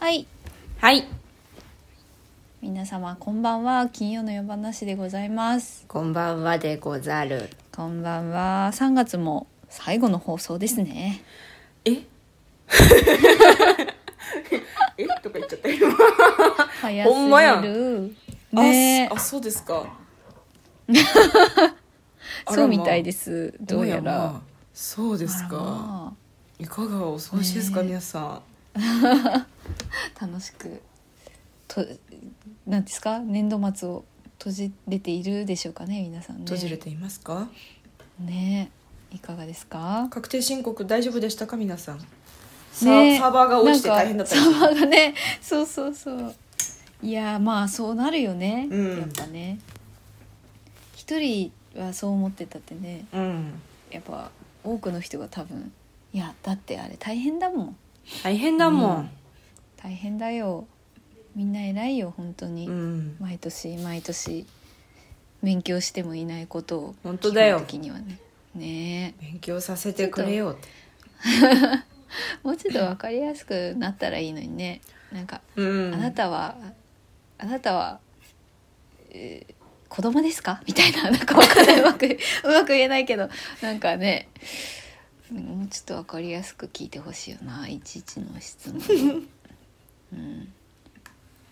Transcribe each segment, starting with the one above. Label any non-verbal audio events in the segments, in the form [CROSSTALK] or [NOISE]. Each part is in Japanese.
はいはい皆様こんばんは金曜の夜話でございますこんばんはでござるこんばんは3月も最後の放送ですねえ [LAUGHS] えとか言っちゃった今早ほんまやすぎるあねあそうですかあそうらまみたいですどうやおまらあそうですあらかまいかがお過ごしですか、ね皆さあ楽しくとなんですか年度末を閉じれているでしょうかね皆さんねん閉じれていますかねいかがですか確定申告大丈夫でしたか皆さんさねサーバーが落ちて大変だったりなすんるかサーバーがね [LAUGHS] そうそうそういやーまあそうなるよね、うんやっぱね一人はそう思ってたってねうんやっぱ多くの人が多分いやだってあれ大変だもん大変だもん、大変だよみんな偉いよ本当に、うん、毎年毎年勉強してもいないことを本当だよ基本的にはねね勉強させてくれよってえもうちょっと分かりやすくなったらいいのにねなんかうんあなたはあなたは、えー子供ですか [LAUGHS] みたいななんかわかんないうまく [LAUGHS] うまく言えないけどなんかねもうちょっとわかりやすく聞いてほしいよないちいちの質問を、 [LAUGHS] うん、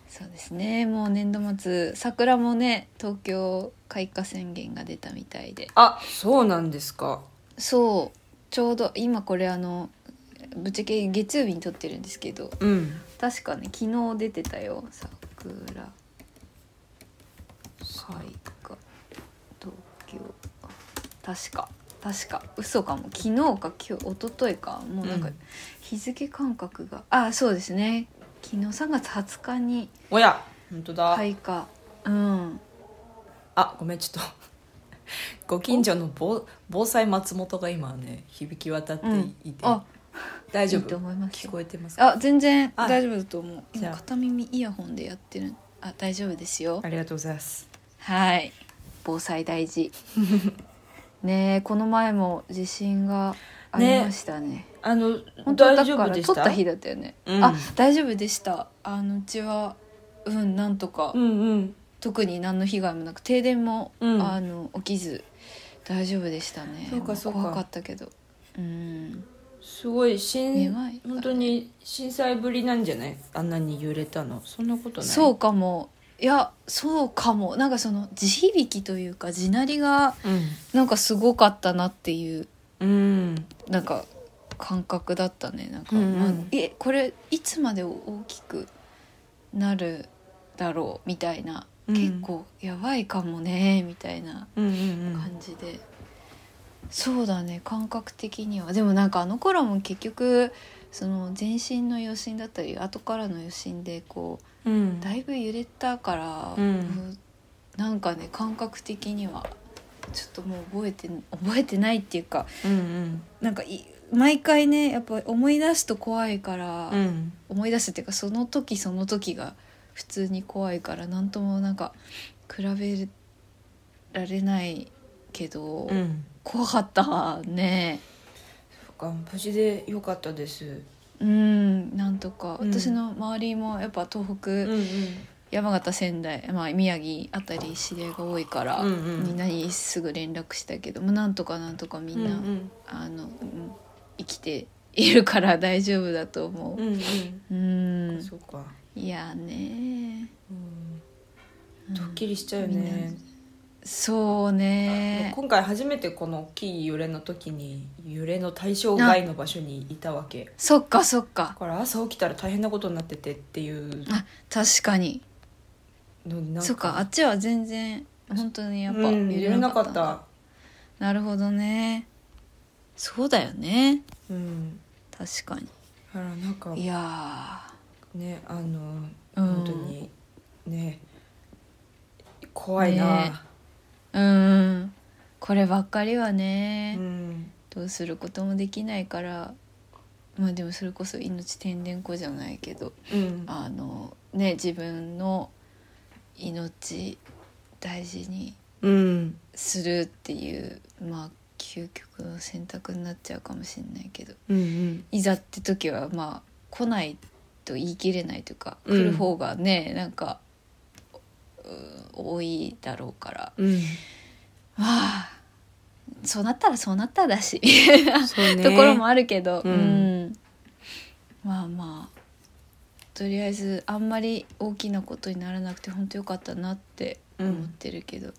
そうですねもう年度末桜もね東京開花宣言が出たみたいであそうなんですかそうちょうど今これあのぶっちゃけ月曜日に撮ってるんですけどうん確かね昨日出てたよ桜開花東京確か確か嘘かも昨日か今日一昨日かもうなんかうん日付感覚が、あそうですね昨日3月20日におや本当だ、開花うんあごめんちょっと [LAUGHS] ご近所の防防災松本が今ね響き渡っていて、あ大丈いいと夫思います聞よこえてますかあ全然あ大丈夫だと思うじ今ゃあ片耳イヤホンでやってるあ大丈夫ですよありがとうございますはい防災大 [LAUGHS] 事ねえこの前も地震がありましたねあの本当は大だ丈か夫ら取でっしたた日だったよね、うんあ大丈夫でしたあのうちはうんなんとか、うんうん特に何の被害もなく停電も、うんあの起きず大丈夫でしたねそうかそうか怖かったけどうんすごいめ震まい本当に震災ぶりなんじゃないあんなに揺れたのそんなことないそうかもいやそうかもなんかその地響きというか地鳴りがなんかすごかったなっていううん、うん、なんか感覚だったねなんか、うんうんまあえこれいつまで大きくなるだろうみたいな、うん結構やばいかもねみたいなうんうん感じで、そうだね感覚的にはでもなんかあの頃も結局その全身の余震だったり後からの余震でこうんうんうだいぶ揺れたから、うんもうなんかね感覚的にはちょっともう覚えて覚えてないっていうかうんなんかい毎回ねやっぱ思い出すと怖いから、うんうん思い出すっていうかその時その時が普通に怖いから何ともなんか比べられないけど、うん怖かったねそっか無事でよかったですうんなんとか、うん私の周りもやっぱ東北、うんうん山形仙台、まあ、宮城あたり知り合いが多いから、うんうんみんなにすぐ連絡したけど、まあ、なんとかなんとかみんな、うんあのうん生きているから大丈夫だと思う。うんううんうんんそっかいやねうんうんドッキリしちゃうよみんなねそうね今回初めてこの大きい揺れの時に揺れの対象外の場所にいたわけそっかそっだかから朝起きたら大変なことになっててっていうあ確かにのになんそっかあっちは全然本当にやっぱうん揺れなかったななるほどねそうだよねうん確かにだからなんかいやねあのうん本当にね怖いな、ーうんこればっかりはね、うんどうすることもできないからまあでもそれこそ命天然子じゃないけどうんあのね自分の命大事にうんするっていうまあ究極の選択になっちゃうかもしれないけどうんうんいざって時はまあ来ないと言い切れないというか、うん来る方がねなんかうん多いだろうから [LAUGHS] うん、わあそうなったらそうなっただし、そうね [LAUGHS] ところもあるけど、うんうんまあまあとりあえずあんまり大きなことにならなくて本当よかったなって思ってるけど、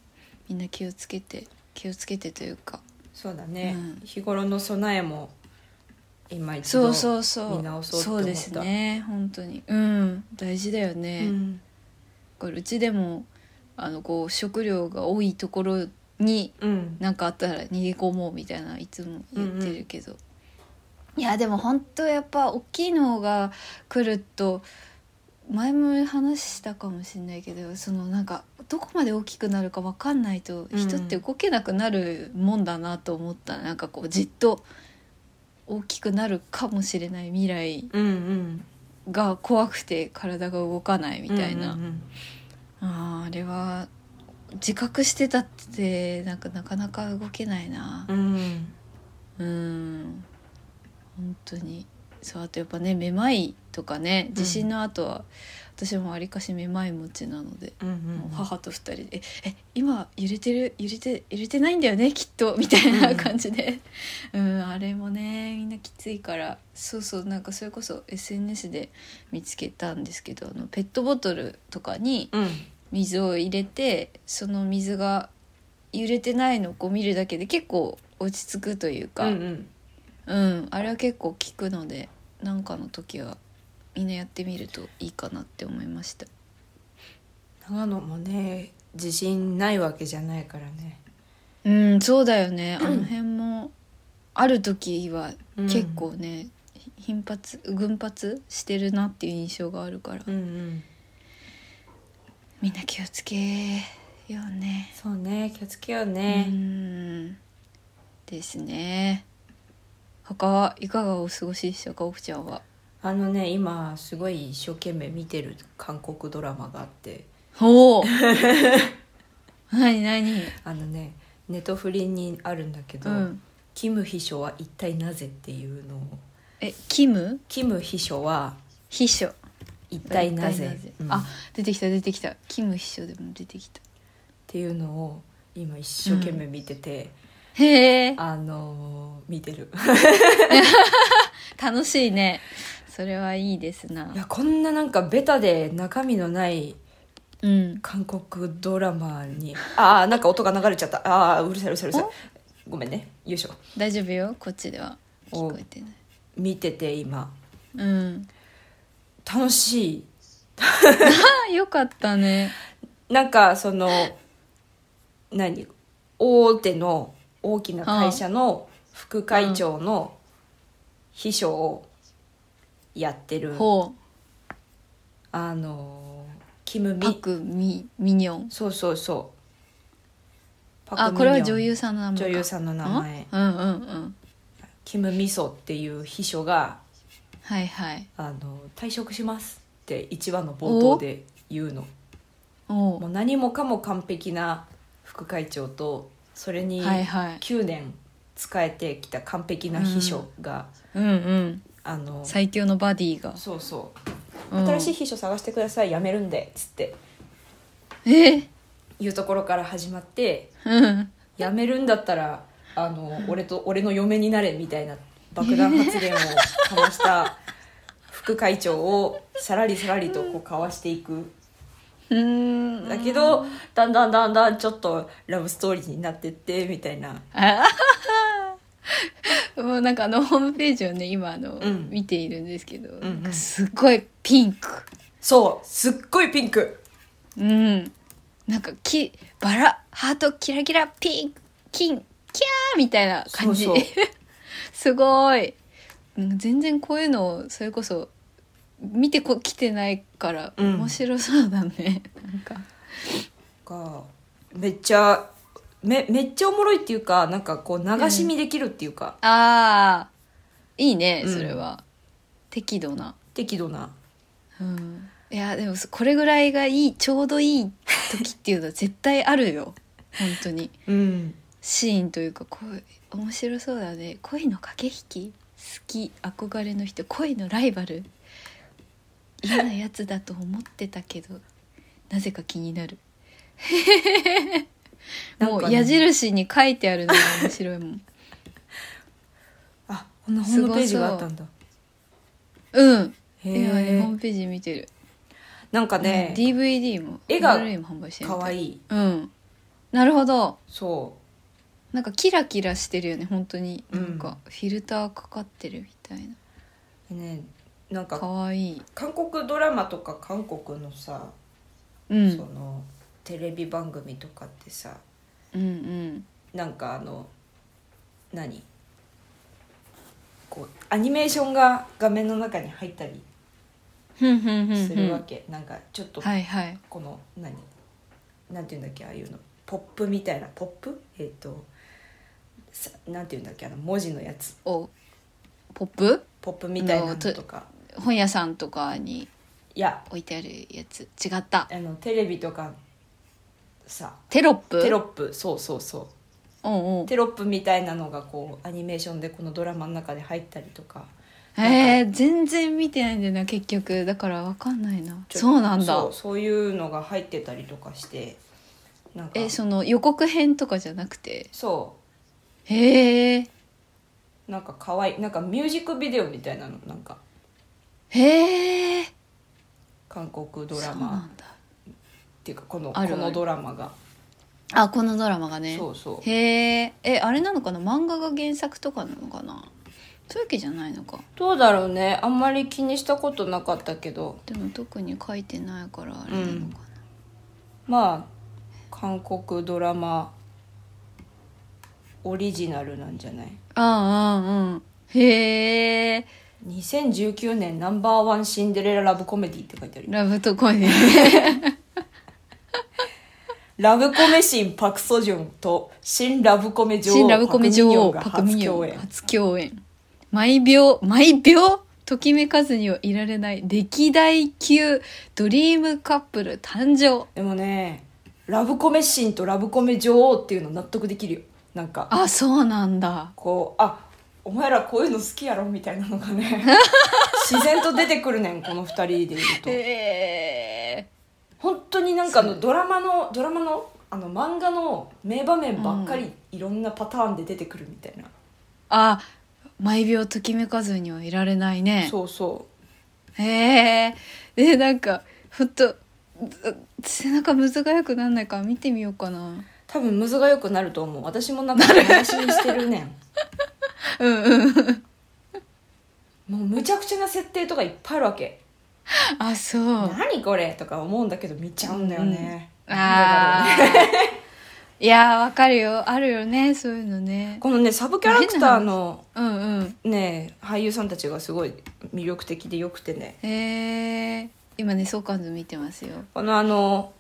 みんな気をつけて気をつけてというかそうだね、うん日頃の備えも今一そ度うそうそう見直そうってそ思うったですね本当にうん大事だようね、んこれうちでもあのこう食料が多いところにうん何かあったら逃げ込もうみたいないつも言ってるけど、いやでも本当やっぱ大きいのが来ると前も話したかもしれないけどそのなんかどこまで大きくなるか分かんないとうん人って動けなくなるもんだなと思った、なんかこうじっと大きくなるかもしれない未来うんうんが怖くて体が動かないみたいな。うんうんあーあれは自覚してたってなんかなかなか動けないなうんううんん本当にそうあとやっぱねめまいとかね地震の後は、私もわりかしめまい持ちなので、うんもううん母と二人で「ええ今揺れてる揺れて揺れてないんだよねきっと」みたいなうん感じで、うん、あれもねみんなきついからそうそうなんかそれこそ SNS で見つけたんですけどあのペットボトルとかにうん水を入れてその水が揺れてないのをこう見るだけで結構落ち着くというか、ううんんうんあれは結構効くのでなんかの時はみんなやってみるといいかなって思いました長野もね地震ないわけじゃないからねうんそうだよねあの辺もある時はうん結構ね、頻発群発してるなっていう印象があるから、うんうんみんな気をつけようねそうね気をつけよううね、んですね他はいかがお過ごしでしたか奥ちゃんはあのね今すごい一生懸命見てる韓国ドラマがあっておお [LAUGHS] 何何あのねネットフリにあるんだけど、うんキム秘書は一体なぜっていうのをえキムキム秘書は秘書一体なぜうんあ出てきた出てきたキム秘書でも出てきたっていうのを今一生懸命見てて、へえあのー見てる [LAUGHS] 楽しいねそれはいいですないやこんななんかベタで中身のないうん韓国ドラマにああなんか音が流れちゃったああうるさいうるさいうるさいごめんねよいしょ大丈夫よこっちではお聞こえてない見てて今うん楽しいあよかったねなんかその何大手の大きな会社の副会長の秘書をやってる、ほうあのキムパミクミミニョンそうそうそうパクあミニョンこれは女優さんの名前か女優さんの名前うんうんうんキムミソっていう秘書がはいはいあの退職しますって一話の冒頭で言うのおもうう何もかも完璧な副会長とそれにはいはい9年使えてきた完璧な秘書が、うんうんあの最強のバディが、そうそう、うん、新しい秘書探してください辞めるんでっつってえいうところから始まってうん辞めるんだったらあの俺と俺の嫁になれみたいな爆弾発言をかわした副会長をさらりさらりとこうかわしていくうんだけどだんだんだんだんちょっとラブストーリーになってってみたいなあもうなんかあのホームページをね今あの、うん見ているんですけど、んうんなんかすごいピンクそうすっごいピンクうんなんかきバラハートキラキラピンク金キャーみたいな感じそうそう [LAUGHS] すごいうん全然こういうのをそれこそ見てこ来てないからうん面白そうだね、 [LAUGHS] なんかがめっちゃめめっちゃおもろいっていうかなんかこう流し見できるっていうか、ああいいねうんそれは、適度な、適度なうん、いやでもそこれぐらいがいいちょうどいい時っていうのは絶対あるよ本当にうんシーンというかこう面白そうだね恋の駆け引き好き憧れの人恋のライバル嫌なやつだと思ってたけどなぜか気になるもなんかうね矢印に書いてあるのが面白いも [LAUGHS] んあこんなホームページがあったんだうんへ今ねえホームページ見てる、なんかうんね DVD も絵が Blu-ray も販売してるかわいいいうんなるほどそなんかキラキラしてるよね本当になんうんかフィルターかかってるみたいな、うねなん可愛かかわいい韓国ドラマとか韓国のさ、うんそのテレビ番組とかってさうんうんなんかあの何こうアニメーションが画面の中に入ったりふんふんふんふするわんけ、なんかちょっとはいはいこの何なんていうんだっけああいうのポップみたいなポップえっ、とさなんていうんだっけあの文字のやつおポップポップみたいなのとか本屋さんとかにいや置いてあるやつ違ったあのテレビとかさテロップテロップそうそうそううんうんテロップみたいなのがこうアニメーションでこのドラマの中で入ったりとかえー、全然見てないんだよな結局だからわかんないなちょそうなんそだうそういうのが入ってたりとかしてなんかえその予告編とかじゃなくてそへえうなんか可愛いなんかミュージックビデオみたいなのなんかへえ韓国ドそうなラマんだっていうかこのあるあるこのドラマが、あこのドラマがねそうそうへええあれなのかな漫画が原作とかなのかなそういうわけじゃないのかどうだろうねあんまり気にしたことなかったけどでも特に書いてないからあれなのかな、まあ韓国ドラマオリジナルなんじゃないああうんうんへえ2019年ナンバーワンシンデレララブコメディって書いてあるよラブとコメディラブコメシンパク・ソジュンと新ラブコメ女王新ラブコメ女王パパク・クミミニニョンョがン初共演初共演毎秒毎秒ときめかずにはいられない歴代級ドリームカップル誕生でもねラブコメシンとラブコメ女王っていうの納得できるよなんかあそうなんだこうあお前らこういうの好きやろみたいなの [LAUGHS] がね自然と出てくるねんこの二人でいるとへえ本当になんかあのドラマのドラマのあの漫画の名場面ばっかりいろんなパターンで出てくるみたいな、あ毎秒ときめかずにはいられないねそうそへえでなんかふっとう背中むずがよくなんないから見てみようかなう多分ムズが良くなると思う私もなんか話にしてるね [LAUGHS] うんうんんもうむちゃくちゃな設定とかいっぱいあるわけあそう何これとか思うんだけど見ちゃうんだよね、なんあでだろうねあ [LAUGHS] いやーわかるよあるよねそういうのねこのねサブキャラクターのうんうんね俳優さんたちがすごい魅力的でよくてねへえ今ね相関図見てますよこのあの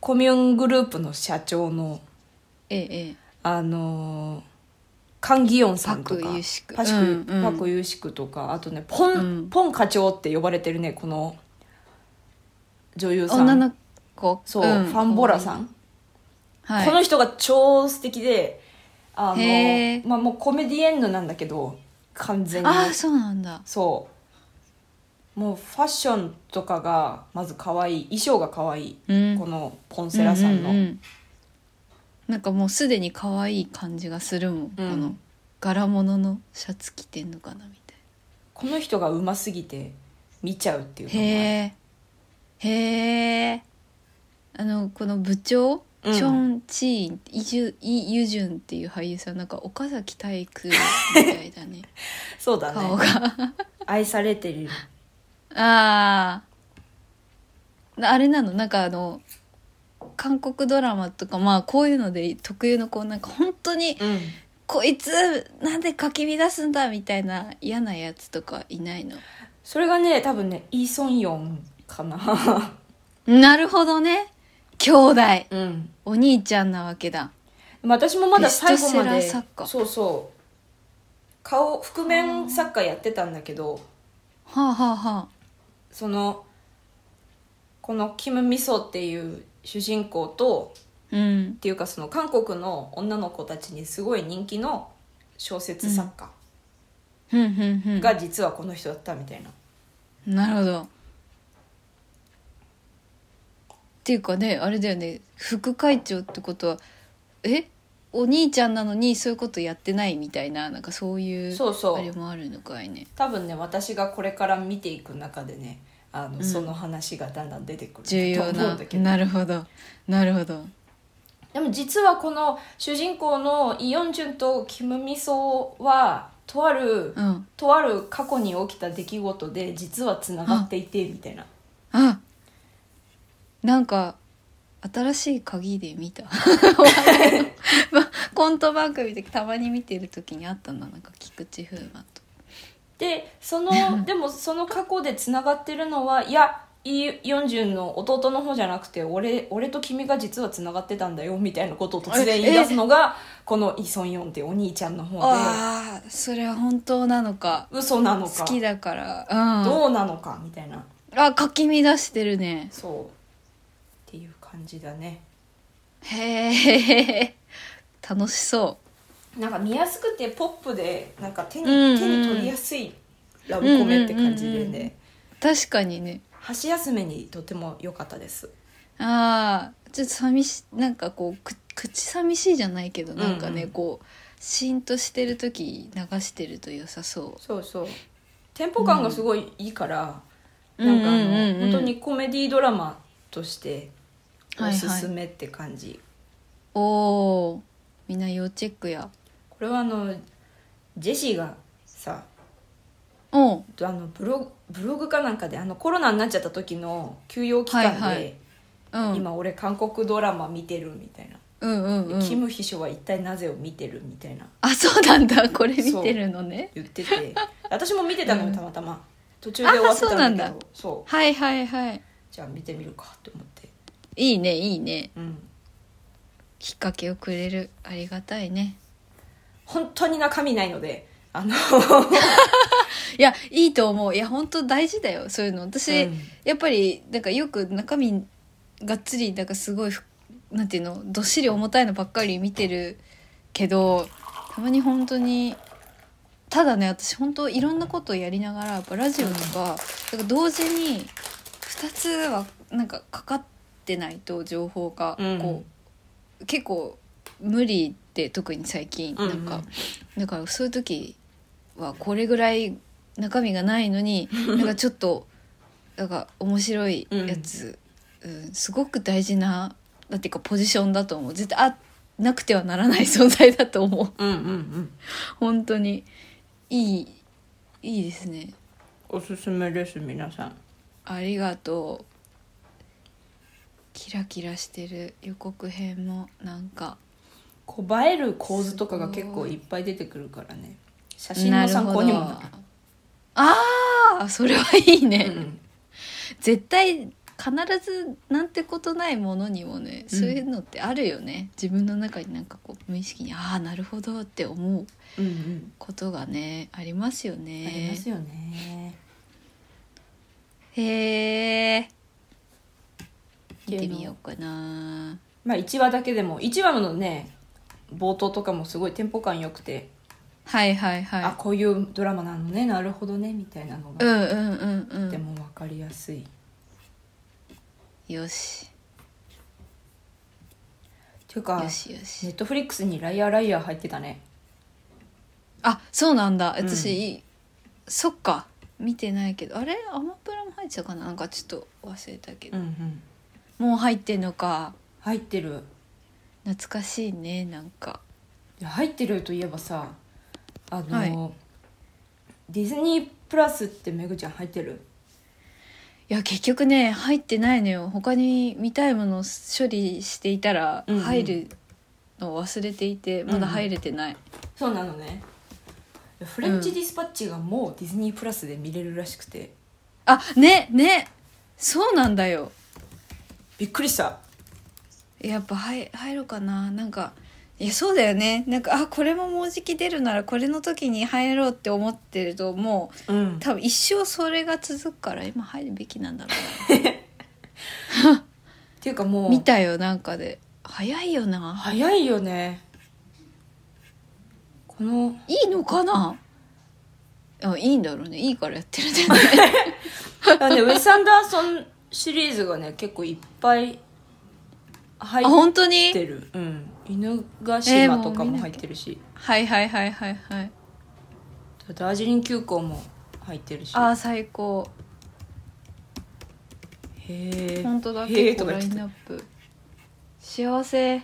コミュングループの社長のええええあのカン・ギヨンさんとかパクユシクパシクうんうんパクユシクとかあとねポン、うんポン課長って呼ばれてるねこの女優さん女の子そう、ファンボラさん、ん、はい、この人が超素敵であへーの、まあ、もうコメディエンドなんだけど完全にああそうなんだそうもうファッションとかがまず可愛い衣装が可愛い、うんこのポンセラさんの、うううんなんかもうすでに可愛い感じがするもん、この柄物のシャツ着てんのかなみたいこの人がうますぎて見ちゃうっていうなのがへえへえあのこの部長うんチョン・チーンイジュイ・ユジュンっていう俳優さんなんか岡崎体育みたいだね [LAUGHS] そうだ顔ねが愛されてるあああれなのなんかあの韓国ドラマとかまあこういうので特有のこうなんか本当にうんこいつなんでかき乱すんだみたいな嫌なやつとかいないのそれがね多分ねイ・ソンヨンかななるほどね兄弟うんお兄ちゃんなわけだでも私もまだ最後まベでストセラー作家そうそう顔覆面作家やってたんだけどはあはあはそのこのキム・ミソっていう主人公とあうんっていうかその韓国の女の子たちにすごい人気の小説作家ふんふんふんが実はこの人だったみたいな、なるほどっていうかねあれだよね副会長ってことはえお兄ちゃんなのにそういうことやってないみたいななんかそういうそうそあれうもあるのかいね多分ね私がこれから見ていく中でねあの、んその話がだんだん出てく重ると要思うなんだけどなるほどなるほどでも実はこの主人公のイ・ヨンジュンとキム・ミソはとある、うんとある過去に起きた出来事で実はつながっていてみたいなあなんか新しい鍵で見た [LAUGHS] コント番組でたまに見てる時にあったななんか菊池風磨とでそのでもその過去でつながってるのはいやイ・ヨンジュンの弟の方じゃなくて俺俺と君が実はつながってたんだよみたいなことを突然言い出すのがこのイ・ソンヨンってお兄ちゃんの方でああそれは本当なのか嘘なの好かきだからうんどうなのかみたいなあかき乱してるねそうっていう感じだねへえ楽しそなんか見やすくてポップでなんか手に,、うんうん手に取りやすいラブコメって感じうでね、んうんうんうんう確かにね箸休めにとても良かったですああちょっと寂しなんかこうく口寂しいじゃないけどなんかね、うんうんこうシーンとしてる時流してると良さそそうそうテンポ感がすごいいいから、うなんかあの、うんうんうんうん本当にコメディドラマとしてはいおはいすすめって感じ、うおおみんな要チェックやこれはあのジェシーがさうんあのブログブログかなんかであのコロナになっちゃった時の休養期間で、はいはいうん今俺韓国ドラマ見てるみたいな、うんうんうでキんム秘書は一体なぜを見てるみたいなあそうなんだこれ見てるのね言っ [LAUGHS] てて私も見てたのよたまたま途中であ終わってそうなたんんだだけどそうはいはいはいじゃあ見てみるかと思っていいねいいねうんきっかけをくれるありがたいね本当に中身ないのであの、いやいいと思ういや本当大事だよそういうの私、やっぱりなんかよく中身がっつりなんかすごいふなんていうのどっしり重たいのばっかり見てるけどたまに本当にただね私本当いろんなことをやりながらやっぱラジオとか,、なんか同時に2つはなんかかかってないと情報がうんこう、結構無理って特に最近うなんんうか、んだからそういう時はこれぐらい中身がないの [LAUGHS] になんかちょっとなんか面白いやつ、うんすごく大事ななんていうかポジションだと思う絶対あなくてはならない存在だと思う [LAUGHS] うんうんうん本当にいいいいですねおすすめです皆さんありがとうキラキラしてる予告編もなんかこう映える構図とかが結構いっぱい出てくるからね写真なのる参ほ考どにもなるああそれはいいね、うんうん絶対必ずなんてことないものにもね、うんそういうのってあるよね自分の中になんかこう無意識にああなるほどって思ううんうんことがねありますよありまねすよねへえ [LAUGHS] 見てみようかなまあ1話だけでも1話のね冒頭とかもすごいテンポ感良くて、はいはいはいあこういうドラマなのねなるほどねみたいなのうが、んうんうんでうも分かりやすいんよしていうかよしよしネットフリックスに「ライアーライアー」入ってたねあそうなんだうん私、そっか見てないけどあれアマプラも入ってたかななんかちょっと忘れたけどう、んうんもう入ってんのか入ってる懐かしいねなんかいや入ってるといえばさあの、はいディズニープラスってめぐちゃん入ってるいや結局ね入ってないのよ他に見たいものを処理していたらうんうん入るのを忘れていて、まだ入れてない、そうなのねフレンチディスパッチがもうディズニープラスで見れるらしくて、あねねそうなんだよびっくりしたやっぱ入入ろうかななんかいやそうだよねなんかあこれももうじき出るならこれの時に入ろうって思ってるともううん多分一生それが続くから今入るべきなんだろっていうかうもな見うたよなんかで早いよな早いよねこのいいのかなあいいんだろうねいいからやって [LAUGHS] るんだよねあのねウェス・アンダーソンシリーズがね結構いっぱい入あっ本当にてる、うん、犬ヶ島とかも入ってるし、はいはいはいはいはいダージリン急行も入ってるしあー最高へえ本当だへー結構とかライ言ってンナップ幸 [LAUGHS] せ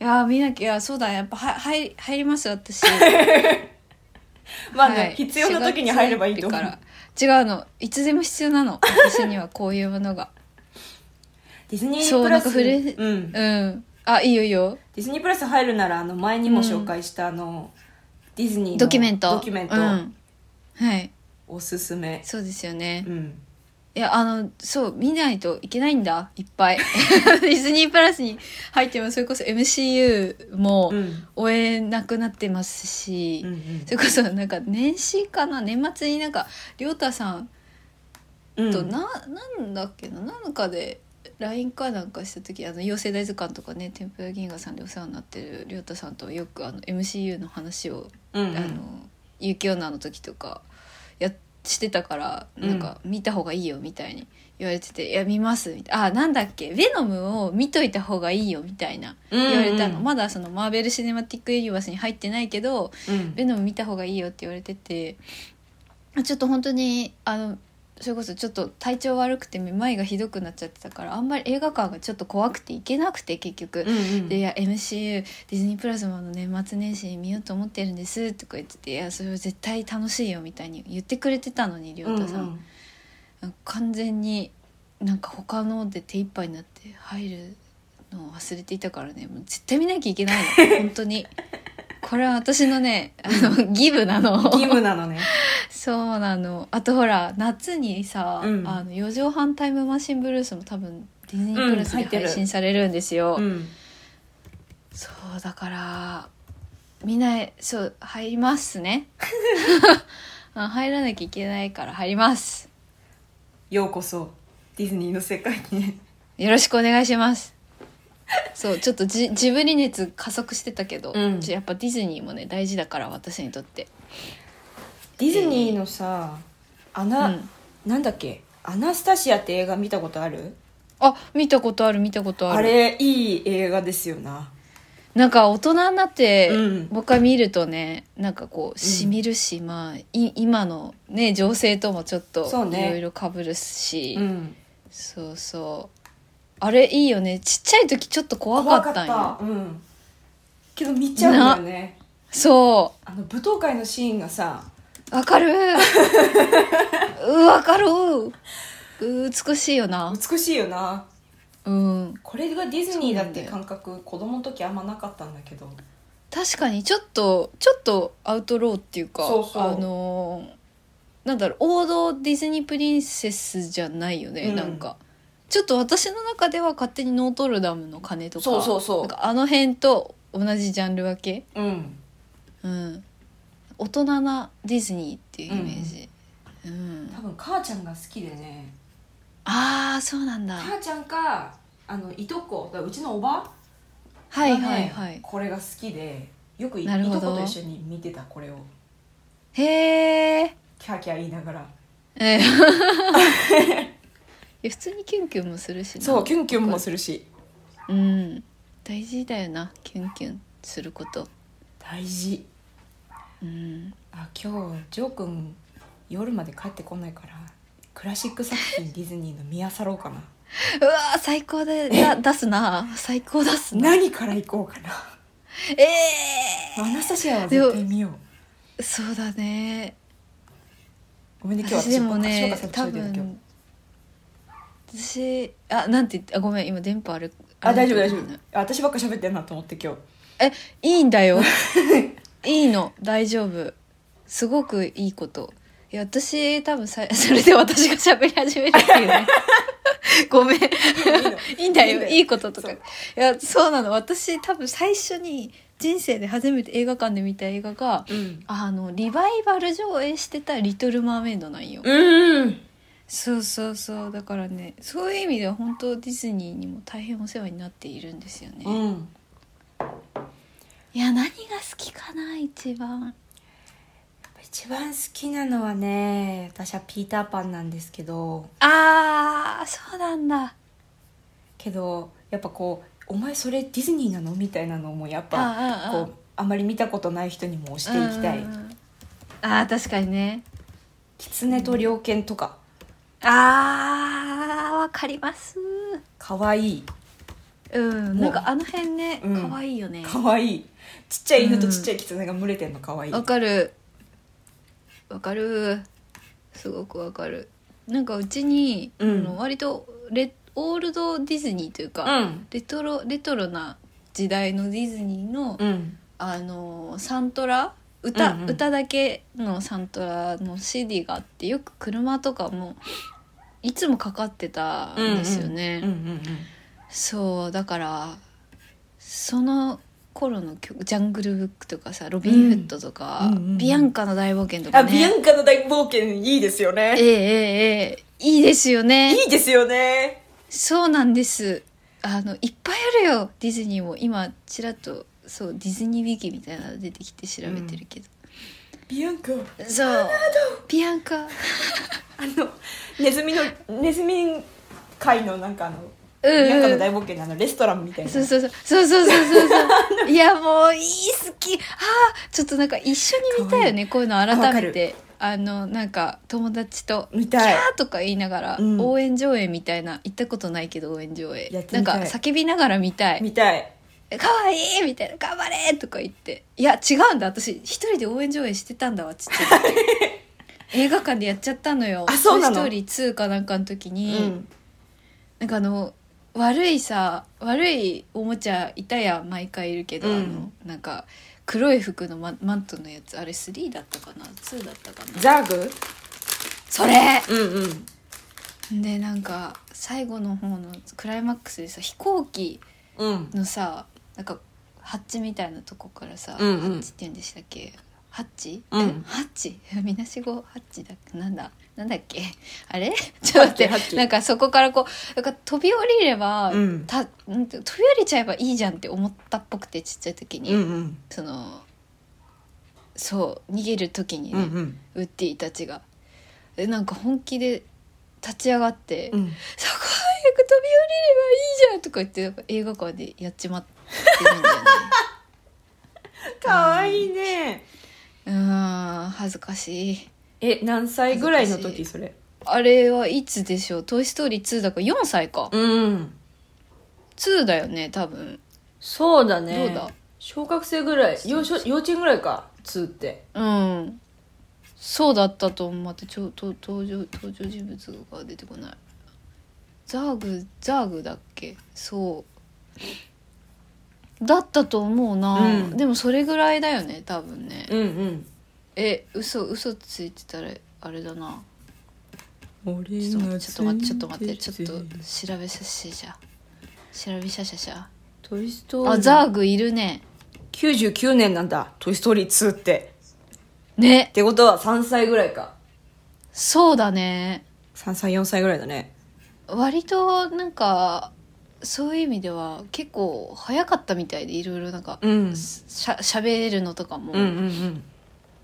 いやー見なきゃいやそうだやっぱは入入ります [LAUGHS] 私まあね、はい必要な時に入ればいいと思4う月1日から違うのいつでも必要なの私に [LAUGHS] はこういうものがディズニそーうプラなスんか触れうん、デうんあいいよいいよィズニープラス入るならあの前にも紹介したあの、ディズニーのドキュメントドキュメントうん、はいおすすめ、そうですよねうん、いや、あの、そう、見ないといけないんだ、いっぱい。 [LAUGHS] ディズニープラスに入っても、それこそ MCU もうん終えなくなってますし、うんそれこそなんか年始かな、年末になんか、りょうたさんうんとな、なんだっけな、なんかで、LINE かなんかした時あの妖精大図鑑とかね天ぷら銀河さんでお世話になってるりょうたさんとよくあの MCU の話をうんうんあの有給女の時とかやっしてたからなんか見た方がいいよみたいに言われてて「いや見ます」みたいな「あなんだっけヴェノムを見といた方がいいよ」みたいなうんうん言われたの、まだそのマーベル・シネマティック・ユニバースに入ってないけどうん「ヴェノム見た方がいいよ」って言われててあちょっと本当にあのそれこそちょっと体調悪くてめまいがひどくなっちゃってたからあんまり映画館がちょっと怖くて行けなくて結局。うんうんで「いや MCU ディズニープラスもあの年末年始に見ようと思ってるんです」とか言ってて「いやそれは絶対楽しいよ」みたいに言ってくれてたのに亮太さん、うん完全になんか他ので手一杯になって入るのを忘れていたからねもう絶対見なきゃいけないの [LAUGHS] 本当にこれは私のねあの義務なの義務な [LAUGHS] のねそうなのあとほら夏にさ「うんあの4畳半タイムマシンブルース」も多分ディズニープラスうんで入ってる配信されるんですよ、うんそうだからみんなそう入ります [LAUGHS] ねあ入らなきゃいけないから入りますようこそディズニーの世界にねよろしくお願いしますそうちょっとじジブリ熱加速してたけど、うんちょやっぱディズニーもね大事だから私にとってディズニーのさ、アナ、うんなんだっけアナスタシアって映画見たことあるあ見たことある見たことああるれいい映画ですよななんか大人になって、うんもう一回見るとねなんかこうしみるし、まあい今のね情勢ともちょっとそういねろいろかぶるし、うんそうそうあれいいよねちっちゃい時ちょっと怖かったん怖よかったうんけど見ちゃうんだよねそあの舞踏会のシーンがさうわ [LAUGHS] かるうわかるう美しいよな美しいよなうんこれがディズニーだっそうてなんだよ感覚子供の時あんまなかったんだけど確かにちょっとちょっとアウトローっていうかそうそうあのーなんだろう王道ディズニープリンセスじゃないよね、うんなんかちょっと私の中では勝手にノートルダムの鐘とかそうそうそうなんかあの辺と同じジャンル分けうんうん、大人なディズニーっていうイメージ、うん多分母ちゃんが好きでねああそうなんだは母ちゃんかあのいとこだからうちのおばいがねはいはいこれが好きでよくいいなるほどとこと一緒に見てたこれをへえキャーキャー言いながらえ普通にキュンキュンもするしなそうキュンキュンもするしうん大事だよなキュンキュンすること大事うんあ今日ジョー君夜まで帰ってこないからクラシック作品ディズニーの見あさろうかうなわー最高でだ出すな最高出すな何から行こうかなえアナスタシアは絶対見ようえそうだねごめんね今日私ではもね私ばっか多り喋ってる今日分私あなんて言ってあごめん今電波あるあ大丈夫大丈夫あ私ばっか喋ってんなと思って今日えいいんだ [LAUGHS] よいいの大丈夫すごくいいこといや私多分さ [LAUGHS] それで私が喋り始 [LAUGHS] めるっていうねごめんいいんだよいいこととかそいうやそうなの私多分最初に人生で初めて映画館で見た映画がうんあのリバイバル上映してた「リトル・マーメイド」なんよ、うんそうそうそうだからねそういう意味では本当ディズニーにも大変お世話になっているんですよね、うんいや何が好きかな一番一番好きなのはね私はピーターパンなんですけどあーそうなんだけどやっぱこう「お前それディズニーなの?」みたいなのもやっぱあこうあまり見たことない人にもしていきたいうんうんうんあー確かにね「狐と猟犬」とかあーわかります可愛いうんもなうんかあの辺ねうん可愛、いいよね可愛いちっちゃい犬とちっちゃい狐が群れてんの可愛いわかるわかるすごくわかるなんかうちに、うんあの割とレオールドディズニーというか、うんレトロレトロな時代のディズニーの、うんあのーサントラ歌,、うんうん歌だけのサントラの CD があってよく車とかもいつもかかってたんですよね、うんうんそうだからその頃の曲「ジャングルブック」とかさ「ロビン・フッド」とか、うんうんうんうんビアンカの大冒険」とうんあかビねアンカの大冒険いいですよえねえええええいいですよねいいですよねそうなんですあのいっぱいあるよディズニーも今ちらっとそうディズニーウィキみたいなの出てきて調べてるけど、ビアンカそうビアンカあのネズミのネズミ界のなんかあの、うんうんビアンカの大冒険のあのレストランみたいなそうそうそうそうそうそうそう [LAUGHS] そういやもういい好きあーちょっとなんか一緒に見たいよねこういうのわか改めるてあのなんか友達と「見たいキャー」とか言いながら、うん応援上映みたいな行ったことないけど応援上映やってなんみかたい叫びながら見たい見たい「かわいい!」みたいな「頑張れ!」とか言って「いや違うんだ私一人で応援上映してたんだわ」ちっちゃい [LAUGHS] 時映画館でやっちゃったのよあそうなのトイストーリー2かなんかの時うに、んなんかあの悪いさ悪いおもちゃいたやん毎回いるけど、うんあのなんか黒い服のママントのやつあれ3だったかな2だったかなザーグそれうんうんでなんか最後の方のクライマックスでさ飛行機うんのさなんかハッチみたいなとこからさ、うんうんハッチって言うんでしたっけハッチ、うんえハッチ [LAUGHS] みなしごハッチだっけなんだなんだっけあれ [LAUGHS] ちょっと待ハっッチてなんかそこからこうなんか飛び降りれば、うんたなんて飛び降りちゃえばいいじゃんって思ったっぽくてちっちゃい時に、うんうんそのそう逃げる時にうんうね、んウッディたちがでなんか本気で立ち上がって、うんそこ早く飛び降りればいいじゃんとか言ってなんか映画館でやっちまってるんだよねかわいいねうーん恥ずかしいえ何歳ぐらいの時恥それあれはいつでしょう「トイ・ストーリー2」だから4歳かうん2だよね多分そうだねどうだ小学生ぐらい幼少幼稚園ぐらいか2ってうんそうだったと思う待ってちょと登場登場人物が出てこないザーグザーグだっけそうだったと思うな、うんでもそれぐらいだよね多分ねうんえ嘘嘘ついてたらあれだなうん俺ちょっと待ってちょっと待ってちょっと待ってちょっと調べさせてじゃあ調べさせてじゃトイストーリーああザーグいるね99年なんだ「トイ・ストーリー2」ってねってことは3歳ぐらいかそうだね3歳4歳ぐらいだね割となんかそういう意味では結構早かったみたいでいろいろなんか、うんしゃしゃべるのとかもうん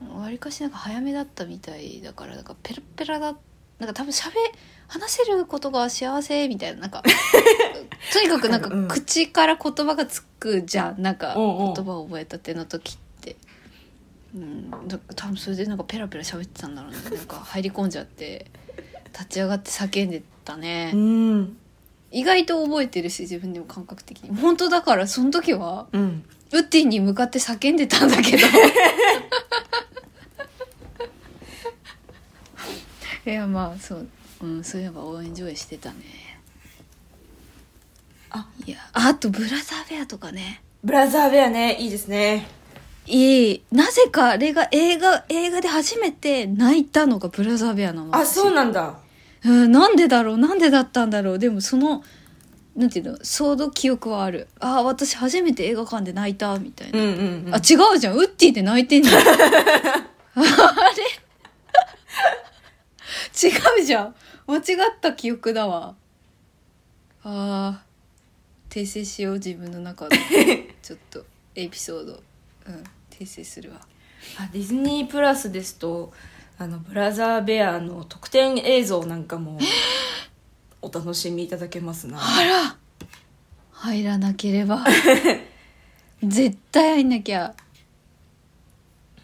うんわり、かしなんか早めだったみたいだからなんかペラペラだなんか多分しゃべ話せることが幸せみたいななん [LAUGHS] かとにかくなんかうん口から言葉がつくじゃんなんかうんうん言葉を覚えたての時って。うん、だ多分それでなんかペラペラ喋ってたんだろうねなんか入り込んじゃって立ち上がって叫んでたねうんうん意外と覚えてるし自分でも感覚的に本当だからその時はうんウッディに向かって叫んでたんだけど [LAUGHS] いやまあそう、うん、そういえば応援上映してたねあいやあと「ブラザー・ベア」とかねブラザーベアねいいですねいいなぜかあれが映画映画で初めて泣いたのが「ブラザー・ベア」なのあ私そうなんだうん、なんでだろうなんでだったんだろうでもそのなんていうの相当記憶はあるああ私初めて映画館で泣いたみたいな、うんうん、うん、あ違うじゃんウッディで泣いてんじゃんあれ違うじゃん間違った記憶だわあー訂正しよう自分の中でちょっとエピソードうん訂正するわあディズニープラスですとあのブラザーベアの特典映像なんかもお楽しみいただけますなあら入らなければ絶対入んなきゃ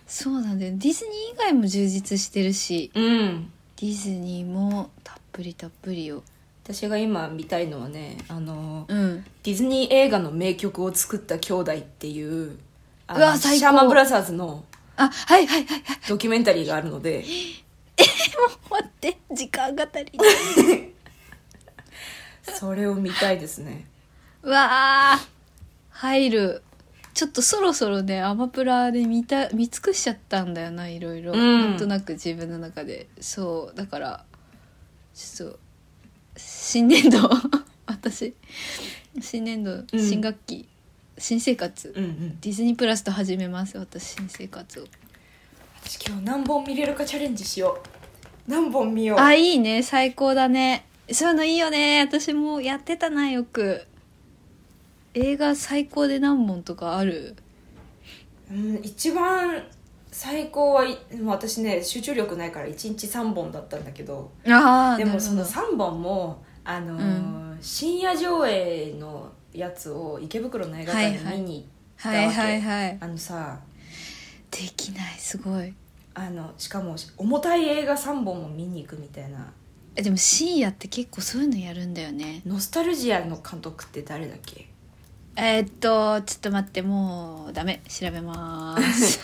そうなんだよディズニー以外も充実してるしうんディズニーもたっぷりたっぷりよ私が今見たいのはねあのうんディズニー映画の名曲を作った兄弟っていうあのうわ最高シャーマンブラザーズのあはいはいはいはいドキュメンタリーがあるので待って時間が足りないそれを見たいですねうわー入るちょっとそろそろねアマプラで見た見尽くしちゃったんだよないろいろ、うんなんとなく自分の中でそうだからちょっと新年度 [LAUGHS] 私新年度うん新学期、新生活うんうんディズニープラスと始めます私新生活を私今日何本見れるかチャレンジしよう何本見ようあいいね最高だねそういうのいいよね私もやってたなよく映画最高で何本とかあるうん一番最高はいもう私ね集中力ないから1日3本だったんだけどああでもその3本もあのーう深夜上映のやつを池袋の映画館で見に行ったわはけ、いはいはいあのさできないすごいあのしかも重たい映画3本も見に行くみたいなえでも深夜って結構そういうのやるんだよねノスタルジアの監督って誰だっけえー、っとちょっと待ってもうダメ調べまーす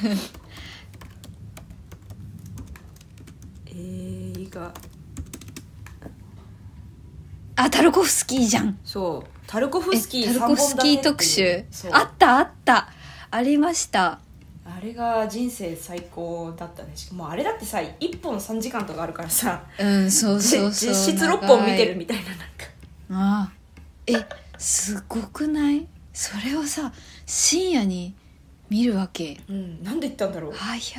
映画 [LAUGHS] あタルコフスキーじゃんそうタルコフえスキータ3ル本コフ立スてってキいうー特集そうあったあったありましたあれが人生最高だったねしかもあれだってさ1本3時間とかあるからさうんそうじそうそう実質6長い本見てるみたいななんかああえすごくないそれをさ深夜に見るわけうんなんで言ったんだろうはやー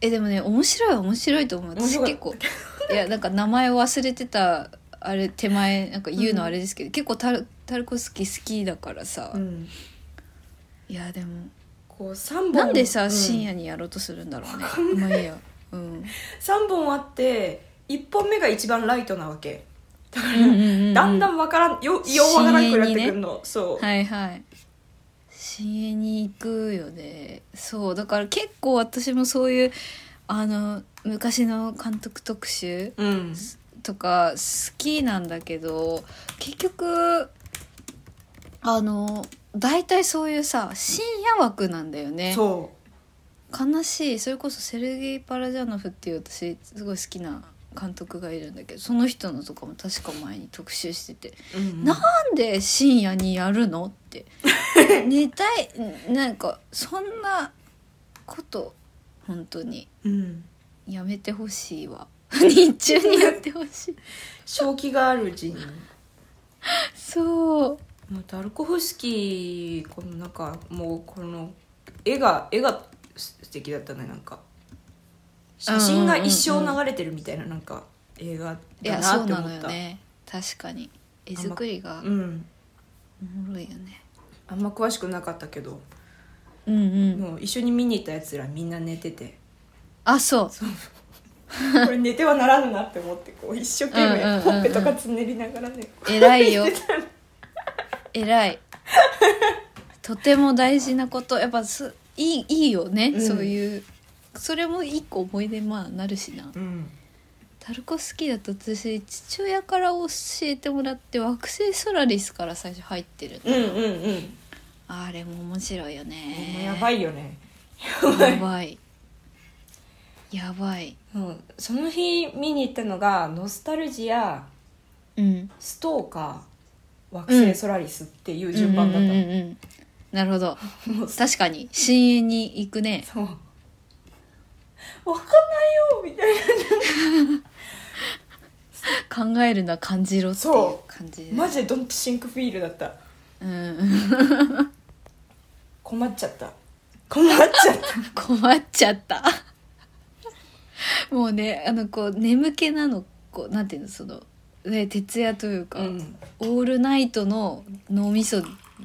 えでもね面白い面白いと思う面私白い結構いやなんか名前を忘れてたあれ手前なんか言うのあれですけど、結構タルタルコスキー好きだからさ、うんいやでもこう3本なんでうさん深夜にやろうとするんだろうね、まあいいやうん、 3本あって1本目が一番ライトなわけだから、うんうんうんうんだんだんわからんよようわからんくな深っ淵にてねくるの、そう、はいはい深淵に行くよねそうだから結構私もそういうあの昔の監督特集うんとか好きなんだけど結局あの大体そういうさ深夜枠なんだよねそ悲しいそれこそセルゲイ・パラジャノフっていう私すごい好きな監督がいるんだけどその人のとかも確か前に特集しててう、うんななんで深夜にやるのって [LAUGHS] 寝たいなんかそんなこと本当にうんやめてほしい [LAUGHS] わ日中にやってほしい正気があるうちにそうもうダルコフスキーこのなんかもうこの絵が絵が素敵だったねなんか写真が一生流れてるみたいななんか映画いやだなそうってな思のっよたね確かに絵作りがうんおもろいよねあんま詳しくなかったけど、うんうんもう一緒に見に行ったやつらみんな寝て [LAUGHS] てあそうこれ寝てはならぬなって思ってこう一生懸うんうんうんう命んほっぺとかつねりながらね偉い [LAUGHS] よ偉いとても大事なことやっぱすいいいいよね、うんそういうそれも一個思い出まあなるしなうんタルコスキーだと私父親から教えてもらって惑星ソラリスから最初入ってるのうんうんうんあれも面白いよもねうやばいよねやばいやばいうんその日見に行ったのが「ノスタルジア」うんストーカー惑星ソラリスっていう順番だっうんたの、うんうんうんなるほどもうそ確かに深淵に行くねう [LAUGHS] 分かんないよみたいな考えるな感じろっていうそ感じマジでドンピシンクフィールだったうん、 [LAUGHS] 困っちゃった困っちゃった困っちゃったもうねあのこう眠気なのこうなんていうのその、ね、徹夜と [LAUGHS] いうか、うんオールナイトの脳みそ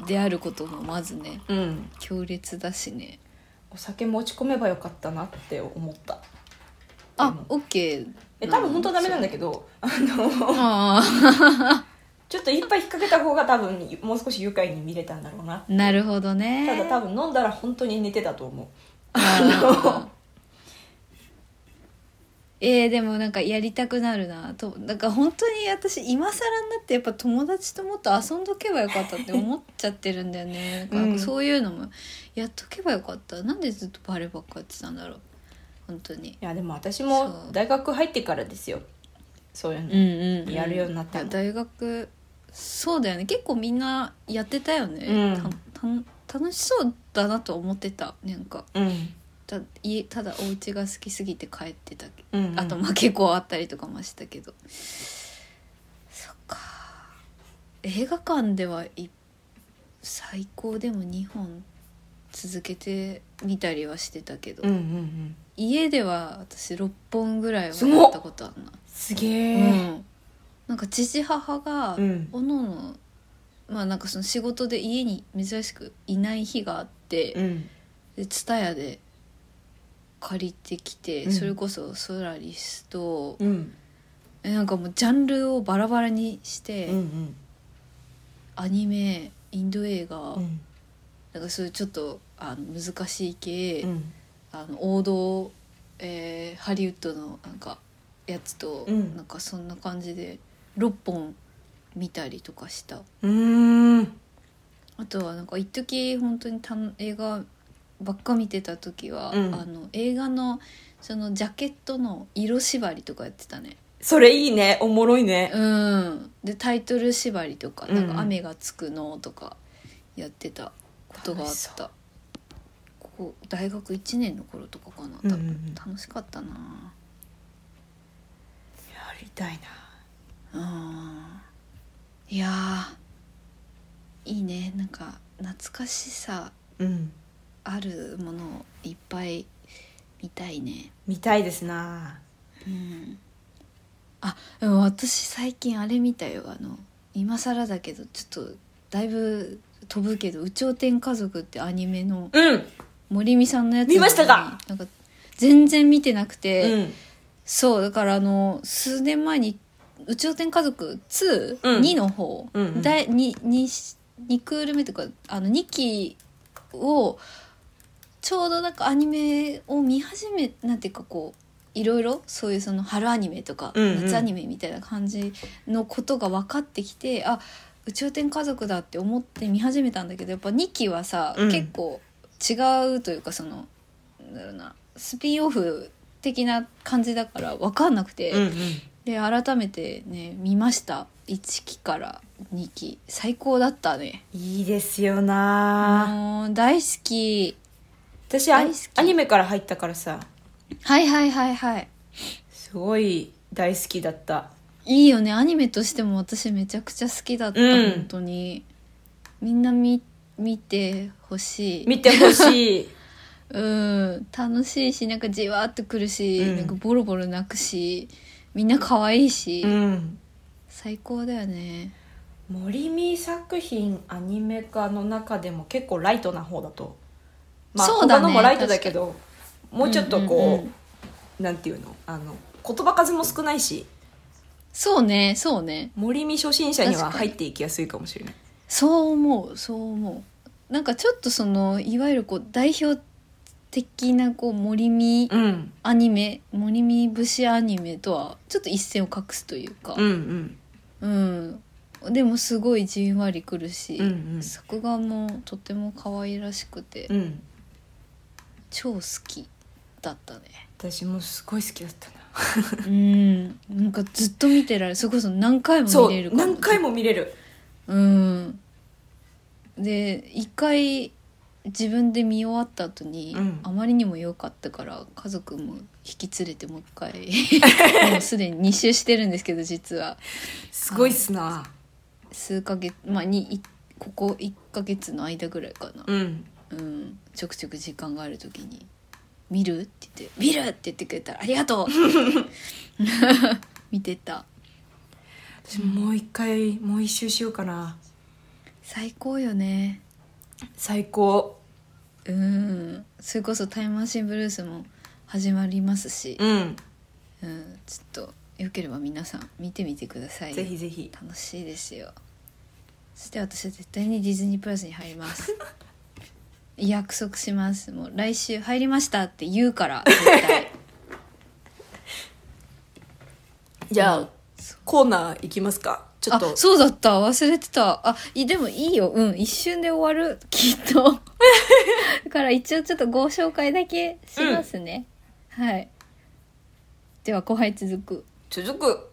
であることもまずねうん強烈だしねお酒持ち込めばよかったなって思ったあオッケーえ多分本当はダメなんだけどあのあちょっと一杯引っ掛けた方が多分もう少し愉快に見れたんだろう [LAUGHS] なあなるほどねただ多分飲んだら本当に寝てたと思うあのえー、でもなんかやりたくなるなとなんか本当に私今更になってやっぱ友達ともっと遊んどけばよかったって思っちゃってるんだよ [LAUGHS] ねうんなんかそういうのもやっとけばよかったなんでずっとバレーばっかやってたんだろう本当にいやでも私そもう大学入ってからですよそういうの、うんうん、やるようになったのいや大学そうだよね結構みんなやってたよね、うんたた楽しそうだなと思ってたなんかうんた家ただお家が好きすぎて帰ってたけうんうんあとまあ結構あったりとかもしたけど、そっか映画館ではい最高でも2本続けて見たりはしてたけど、うんうんうん家では私6本ぐらいはすごっやったことあるな、すげえうん、なんか父母が、うんおのおのまあなんかその仕事で家に珍しくいない日があって、うんで蔦屋で借りてきて、うんそれこそソラリスと、うんえなんかもうジャンルをバラバラにして、うんうんアニメインド映画、うんなんかそういうちょっとあの難しい系、うんあの王道、えーハリウッドのなんかやつと、うんなんかそんな感じで6本見たりとかしたうーんあとはなんか一時本当にたん映画ばっか見てた時は、うんあの映画のそのジャケットの色縛りとかやってたねそれいいねおもろいねうんでタイトル縛りとか「うんなんか雨がつくの」とかやってたことがあっ楽しそたここ大学1年の頃とかかな多うんうんう分ん楽しかったなやりたいなうんいやーいいねなんか懐かしさうんあるものをいっぱい見たいね見たいですなうんあでも私最近あれ見たよあの今更だけどちょっとだいぶ飛ぶけど「有頂天家族」ってアニメのうん森美さんのやつ見ましたかなんか全然見てなくうて、んそうだからあの数年前に「宇宙天家族2」うん2の方、うんうん第 2, 2, クール目というかあの2期をちょうどなんかアニメを見始めなんていうかこういろいろそういうその春アニメとかうんうん夏アニメみたいな感じのことが分かってきて、あ宇宙天家族だって思って見始めたんだけどやっぱ2期はさ、うん結構違うというかそのなんだろうなスピンオフ的な感じだから分かんなくて、うんうんで改めてね見ました1期から2期最高だったねいいですよなもう大好き私ア大好きアニメから入ったからさはいはいはいはいすごい大好きだったいいよねアニメとしても私めちゃくちゃ好きだった、うん本当にみんな見見てほしい見てほしいうん楽しいしなんかじわーっとくるし、うんなんかボロボロ泣くしみんな可愛い [LAUGHS] し、うん最高だよね森見作品アニメ化の中でも結構ライトな方だとまあそうだね他のもライトだけどもうちょっとこう,、うんうんうんなんていうのあの言葉数も少ないしそうねそうね森見初心者には確かに入っていきやすいかもしれないそう思うそう思うなんかちょっとそのいわゆるこう代表的なこう森見うんアニメ森見節アニメとはちょっと一線を画すというかうんうんうん、でもすごいじんわりくるし、うんうん作画もとても可愛らしくて、うん超好きだったね私もすごい好きだったなうんなんかずっと見てられるそれこそ何回もそ見れるうかも何回も見れるうんで一回自分で見終わった後に、うんあまりにも良かったから家族も引き連れてもう一回 [LAUGHS] もうすでに2周してるんですけど実はすごいっすな数ヶ月まあにいここ1ヶ月の間ぐらいかな、うんうん、ちょくちょく時間がある時に「見る?」って言って「見る!」って言ってくれたら「ありがとう!」って言って [LAUGHS] 見てた私もう一回もう一周しようかな最高よね最高うんそれこそ「タイムマシンブルース」も始まりますし、うんうんちょっとよければ皆さん見てみてくださいぜひぜひ楽しいですよそして私は絶対にディズニープラスに入ります [LAUGHS] 約束しますもう来週入りましたって言うから絶対じゃあ、うんコーナー行きますか [LAUGHS] ちょっあとそうだった忘れてたあいでもいいようん一瞬で終わるきっ [LAUGHS] とだから一応ちょっとご紹介だけしますね、はいでは後輩続く続く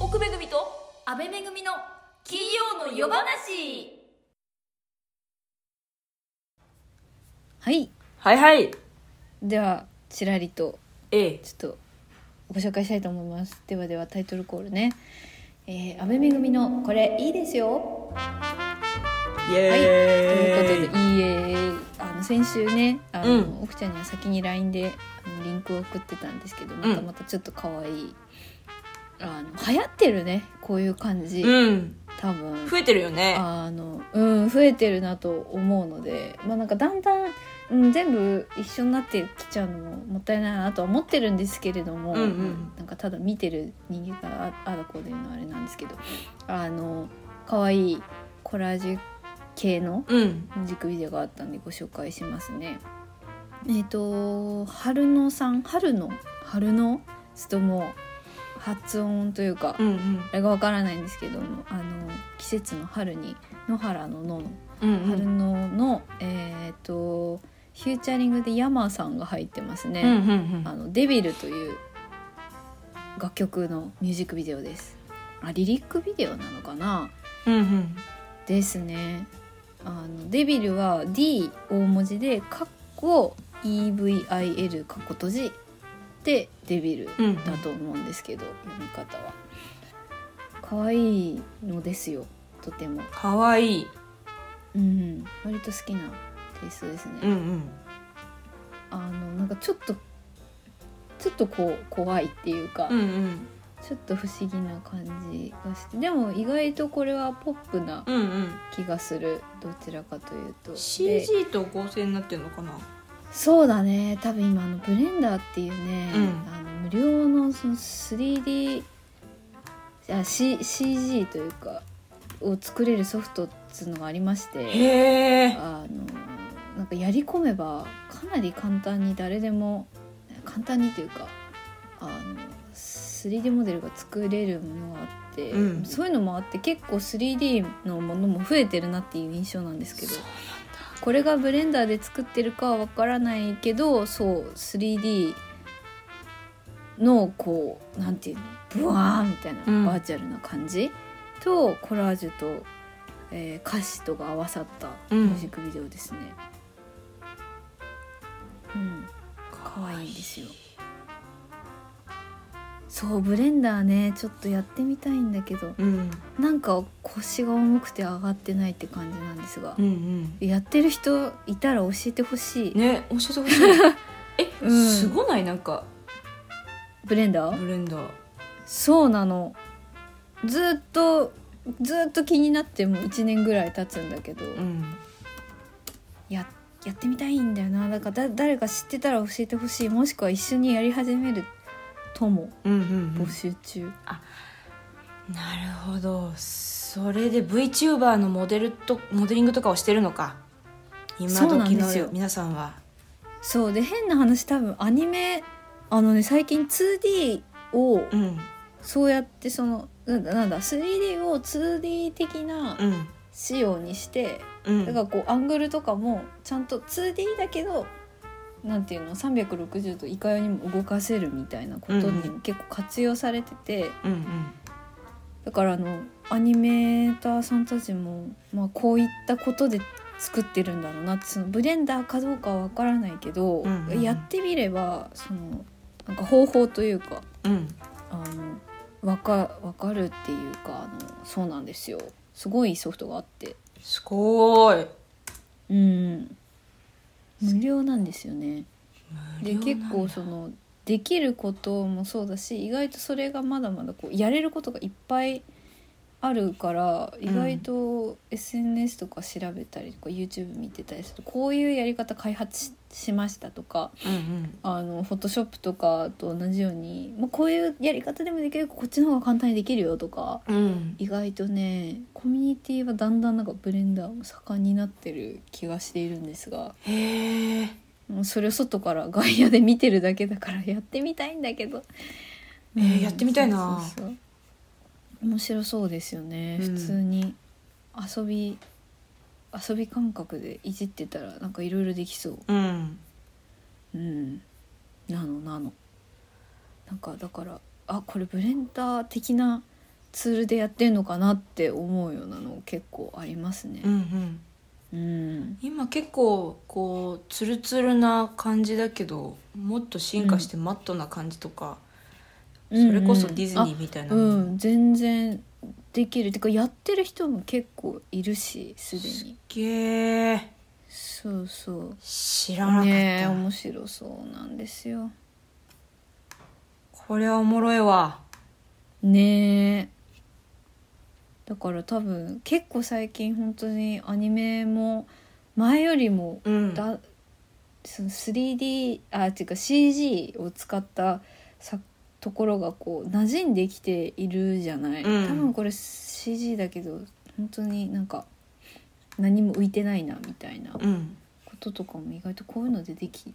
奥めぐみと安倍めぐみの金曜の夜話はいはいはいではちらりと A ちょっとご紹介したいと思いますではではタイトルコールねえー、安倍めぐみのこれいいですよイはい、とエいーイ、うことで、いいえあの先週ね、あの、うん奥ちゃんには先に LINE であのリンクを送ってたんですけど、またまたちょっと可愛い。あの流行ってるね、こういう感じ、うん多分。増えてるよ [LAUGHS] ねあのうん増えてるなと思うのでまあなんかだんだん、うん、全部一緒になってきちゃうのももったいないなとは思ってるんですけれども、うんうんなんかただ見てる人間からああだこうでいうのはあれなんですけどあの可愛いコラージュ系のうんミュージックビデオがあったんでご紹介しますね。えっ、と春野さん春野春野ちょっともう発音というか、うんあれがわからないんですけどもあの季節の春に野原の野のうんうんう春ん野の、えっ、とフューチャリングで山さんが入ってますうんね。うんあのデビルという楽曲のミュージックビデオです。あリリックビデオなのかな。うんうんですねあのデビルは D 大文字でカッコ EVIL カッコ閉じでデビルうんだと思うんですけど、読み方は可愛いのですよとてもかわいいうん割と好きなテイストですね、うんうんあのなんかちょっとちょっとこう怖いっていうか、うんうんちょっと不思議な感じがしてでも意外とこれはポップなうんうん気がするどちらかというとで CG と合成になってるのかなそうだね多分今あのブレンダーっていうね、うんあの無料のその 3D あ、C、CG というかを作れるソフトっつうのがありましてへえあのなんかやり込めばかなり簡単に誰でも簡単にというかあの 3D モデルが作れるものがあって、うんそういうのもあって結構 3D のものも増えてるなっていう印象なんですけどそうこれがブレンダーで作ってるかはわからないけどそう 3D のこうなんていうのブワーみたいなうんバーチャルな感じ、とコラージュと、えー歌詞とが合わさったうんミュージックビデオですね。うん、可愛いんですよ。そうブレンダーねちょっとやってみたいんだけどうんなんか腰が重くて上がってないって感じなんですがうんう、んやってる人いたら教えてほしい、ね教えて [LAUGHS] ほしいえ、うんすごないなんかブレンダーブレンダーそうなのずーっとずーっと気になってもう1年ぐらい経つんだけど、うんややってみたいんだよなだからだ誰か知ってたら教えてほしいもしくは一緒にやり始めるともうんうんうん募集中、なるほどそれで VTuber のモデルとモデリングとかをしてるのか今そうなん時ですよの皆さんはそうで変な話多分アニメあのね最近 2D をうんそうやってそのなんだなんだ 3D を 2D 的なうん仕様にしてうんだからこうアングルとかもちゃんと 2D だけどなんていうの360度いかようにも動かせるみたいなことにも結構活用されてて、うんうんだからあのアニメーターさんたちも、まあ、こういったことで作ってるんだろうなってそのブレンダーかどうかは分からないけど、うんうんうんやってみればそのなんか方法というかうんあのわかわかるっていうかあのそうなんですよすごいソフトがあって。すごーいうん無料なんですよねで無料なん結だ構そのできることもそうだし意外とそれがまだまだこうやれることがいっぱいあるから意外と SNS とか調べたりとか YouTube 見てたりするとこういうやり方開発ししましたとかうんあのフォトショップとかと同じように、まあ、こういうやり方でもできるけどこっちの方が簡単にできるよとかうんうん意外とねコミュニティはだんだんなんかブレンダーも盛んになってる気がしているんですがへえもうそれを外から外野で見てるだけだからやってみたいんだけど、えーやってみたいなそうそうそう面白そうですよね、うん普通に遊び遊び感覚でいじってたらなんかいろいろできそううんうんなのなのなんかだからあこれブレンダー的なツールでやってんのかなって思うようなの結構ありますねうんうんうん、今結構こうツルツルな感じだけどもっと進化してマットな感じとか、それこそディズニーみたいなうの、ん、全然できるてかやってる人も結構いるしすでにげーそうそう知らなかった、ねえ面白そうなんですよこれはおもろいわねえだから多分結構最近本当にアニメも前よりもうんだ、その 3D あっていうか CG を使ったさところがこう馴染んできているじゃない、うん多分これ CG だけど本当になんか何も浮いてないなみたいなうんこととかも意外とこういうのででき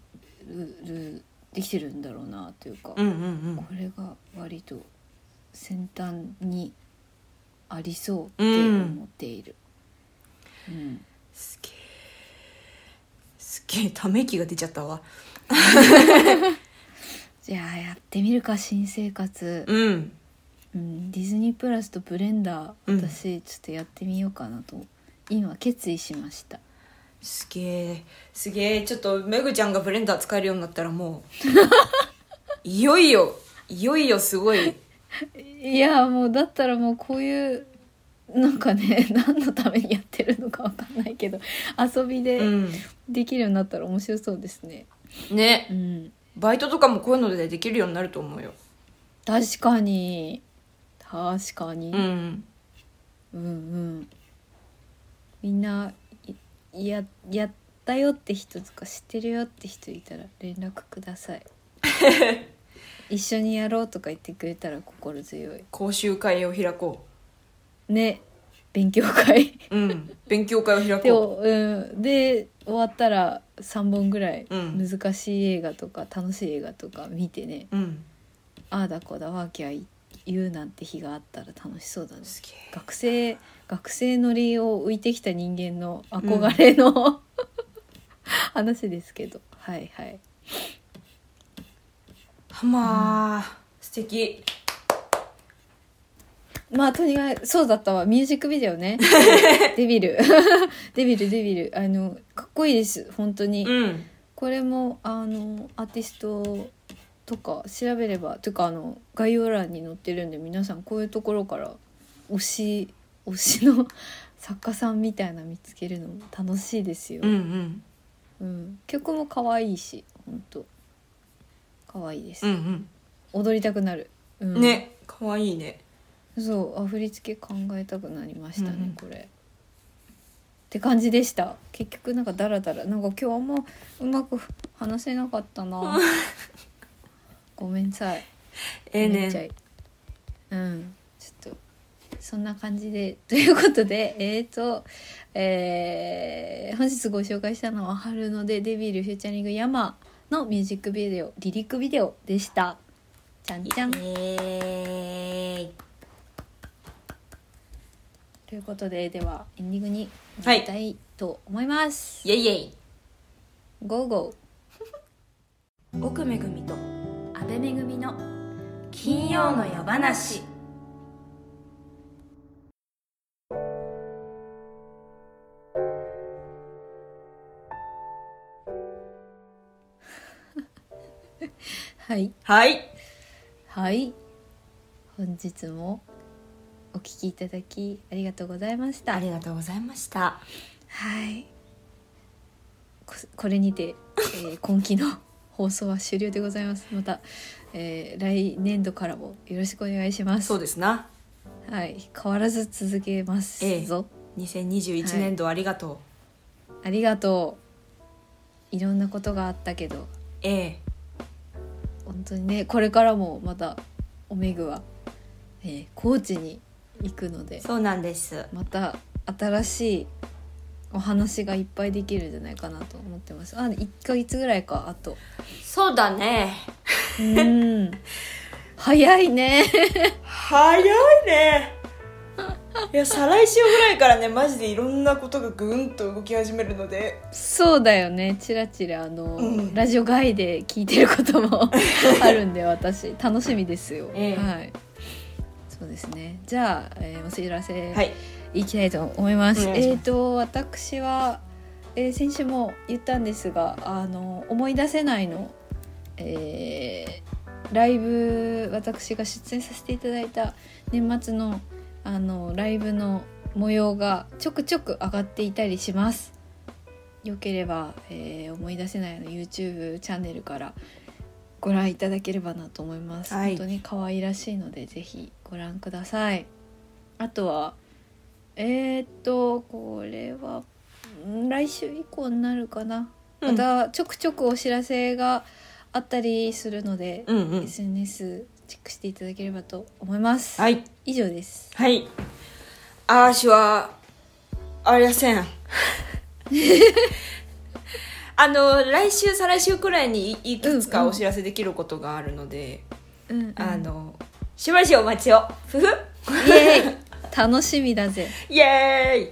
るるできてるんだろうなというか、うんうんうんこれが割と先端にありそうって思っている。うんすげえすげえため息が出ちゃったわじゃあやってみるか新生活、うんうん、ディズニープラスとブレンダうんー私ちょっとやってみようかなと、今決意しましたすげえすげえちょっとめぐちゃんがブレンダー使えるようになったらも [LAUGHS] ういよいよいよいよすごいいやもうだったらもうこういうなんかね [LAUGHS] 何のためにやってるのかわかんないけど遊びうでんできるようになったら面白そうですねねうんバイトとかもこういうのでできるようになると思うよ確かに確かに、うんうんうんみんないややったよって人とか知ってるよって人いたら連絡くださ [LAUGHS] い一緒にやろうとか言ってくれたら心強い講習会を開こね勉強会ううん勉強会を開で,、こうん、で終わったら3本ぐらいうん難しい映画とか楽しい映画とか見てね、ううんああだこうだわーきゃ言うなんて日があったら楽しそうだねすげえ学生学生乗りを浮いてきた人間の憧れの、 [LAUGHS] 話ですけどはいはいはまあ、素敵まあとにかくそうだったわミュージックビデオ [LAUGHS] ねデビル [LAUGHS] デビルデビルあのかっこいいです本当に、うんこれもあのアーティストとか調べればというかあの概要欄に載ってるんで皆さんこういうところから推し推しの [LAUGHS] 作家さんみたいな見つけるのも楽しいですようんうう、んん、曲も可愛いし本当可愛いです、うん踊りたくなる、ううんん、ね可愛いねそうあ振り付け考えたくなりましたね、うんうんこれって感じでした結局なんかダラダラなんか今日あんまうまく話せなかった [LAUGHS] なごめんなさいええめっちゃねいいうんちょっとそんな感じで [LAUGHS] ということでえー、と、えー本日ご紹介したのは「春のでデビルフューチャリング山」のミュージックビデオリリックビデオでしたじゃんじゃんえーいということでではエンディングにはい行きたいと思います、イェイイェイゴーゴ奥めぐみと阿部めぐみの金曜の夜話ーはいはいはい本日もお聞きいただきありがとうございましたありがとうございましたはいここれにて、えー [LAUGHS] 今期の放送は終了でございますまた、えー来年度からもよろしくお願いしますそうですなはい、変わらず続けますぞ、 2021年度ありがとう、ありがとういろんなことがあったけどええ本当にねこれからもまたおめぐは、えー高知に行くのでそうなんですまた新しいお話がいっぱいできるんじゃないかなと思ってますあ1ヶ月ぐらいかあとそうだねうーん早いね早いねいや再来週ぐらいからねマジでいろんなことがぐんと動き始めるのでそうだよねチラチラあの、うんラジオ外で聞いてること [LAUGHS] もあるんで私楽しみですよ、ええはいそうですねじゃあ、えーお知らせ、はいいきたいと思います。お願いしえまっ、と私は、えー先週も言ったんですが、あの思い出せないの、えーライブ私が出演させていただいた年末のあのライブの模様がちょくちょく上がっていたりします。よければ、えー思い出せないの YouTube チャンネルからご覧いただければなと思います。はい本当に可愛らしいのでぜひご覧ください。あとはえー、っとこれはん来週以降になるかな、うんまたちょくちょくお知らせがあったりするので、うんうん SNS チェックしていただければと思います、はい以上ですはいあーしはあり [LAUGHS] ませんあの来週再来週くらいにいいくつうんかうんお知らせできることがあるので、うん、うん、あのしばらしお待ちをふふイエーイ楽しみだぜイエーイっ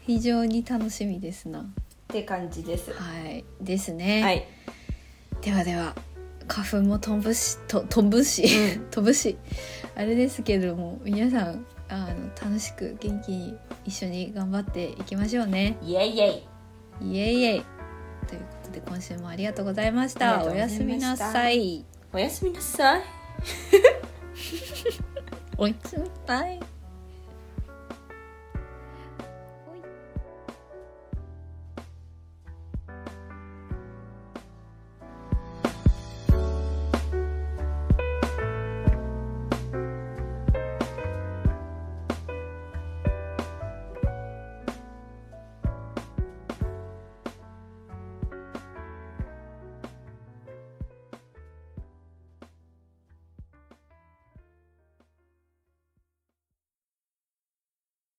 非常に楽しみですなて感じですはいですね、はいではでは花粉も飛ぶしと飛ぶし、 [LAUGHS] 飛ぶしあれですけれども皆さんあの楽しく元気に一緒に頑張っていきましょうねイエイイエイイエイイエイということで今週もありがとうございましありたがとおうございやましすたみなさいおやすみなさいおやすみなさい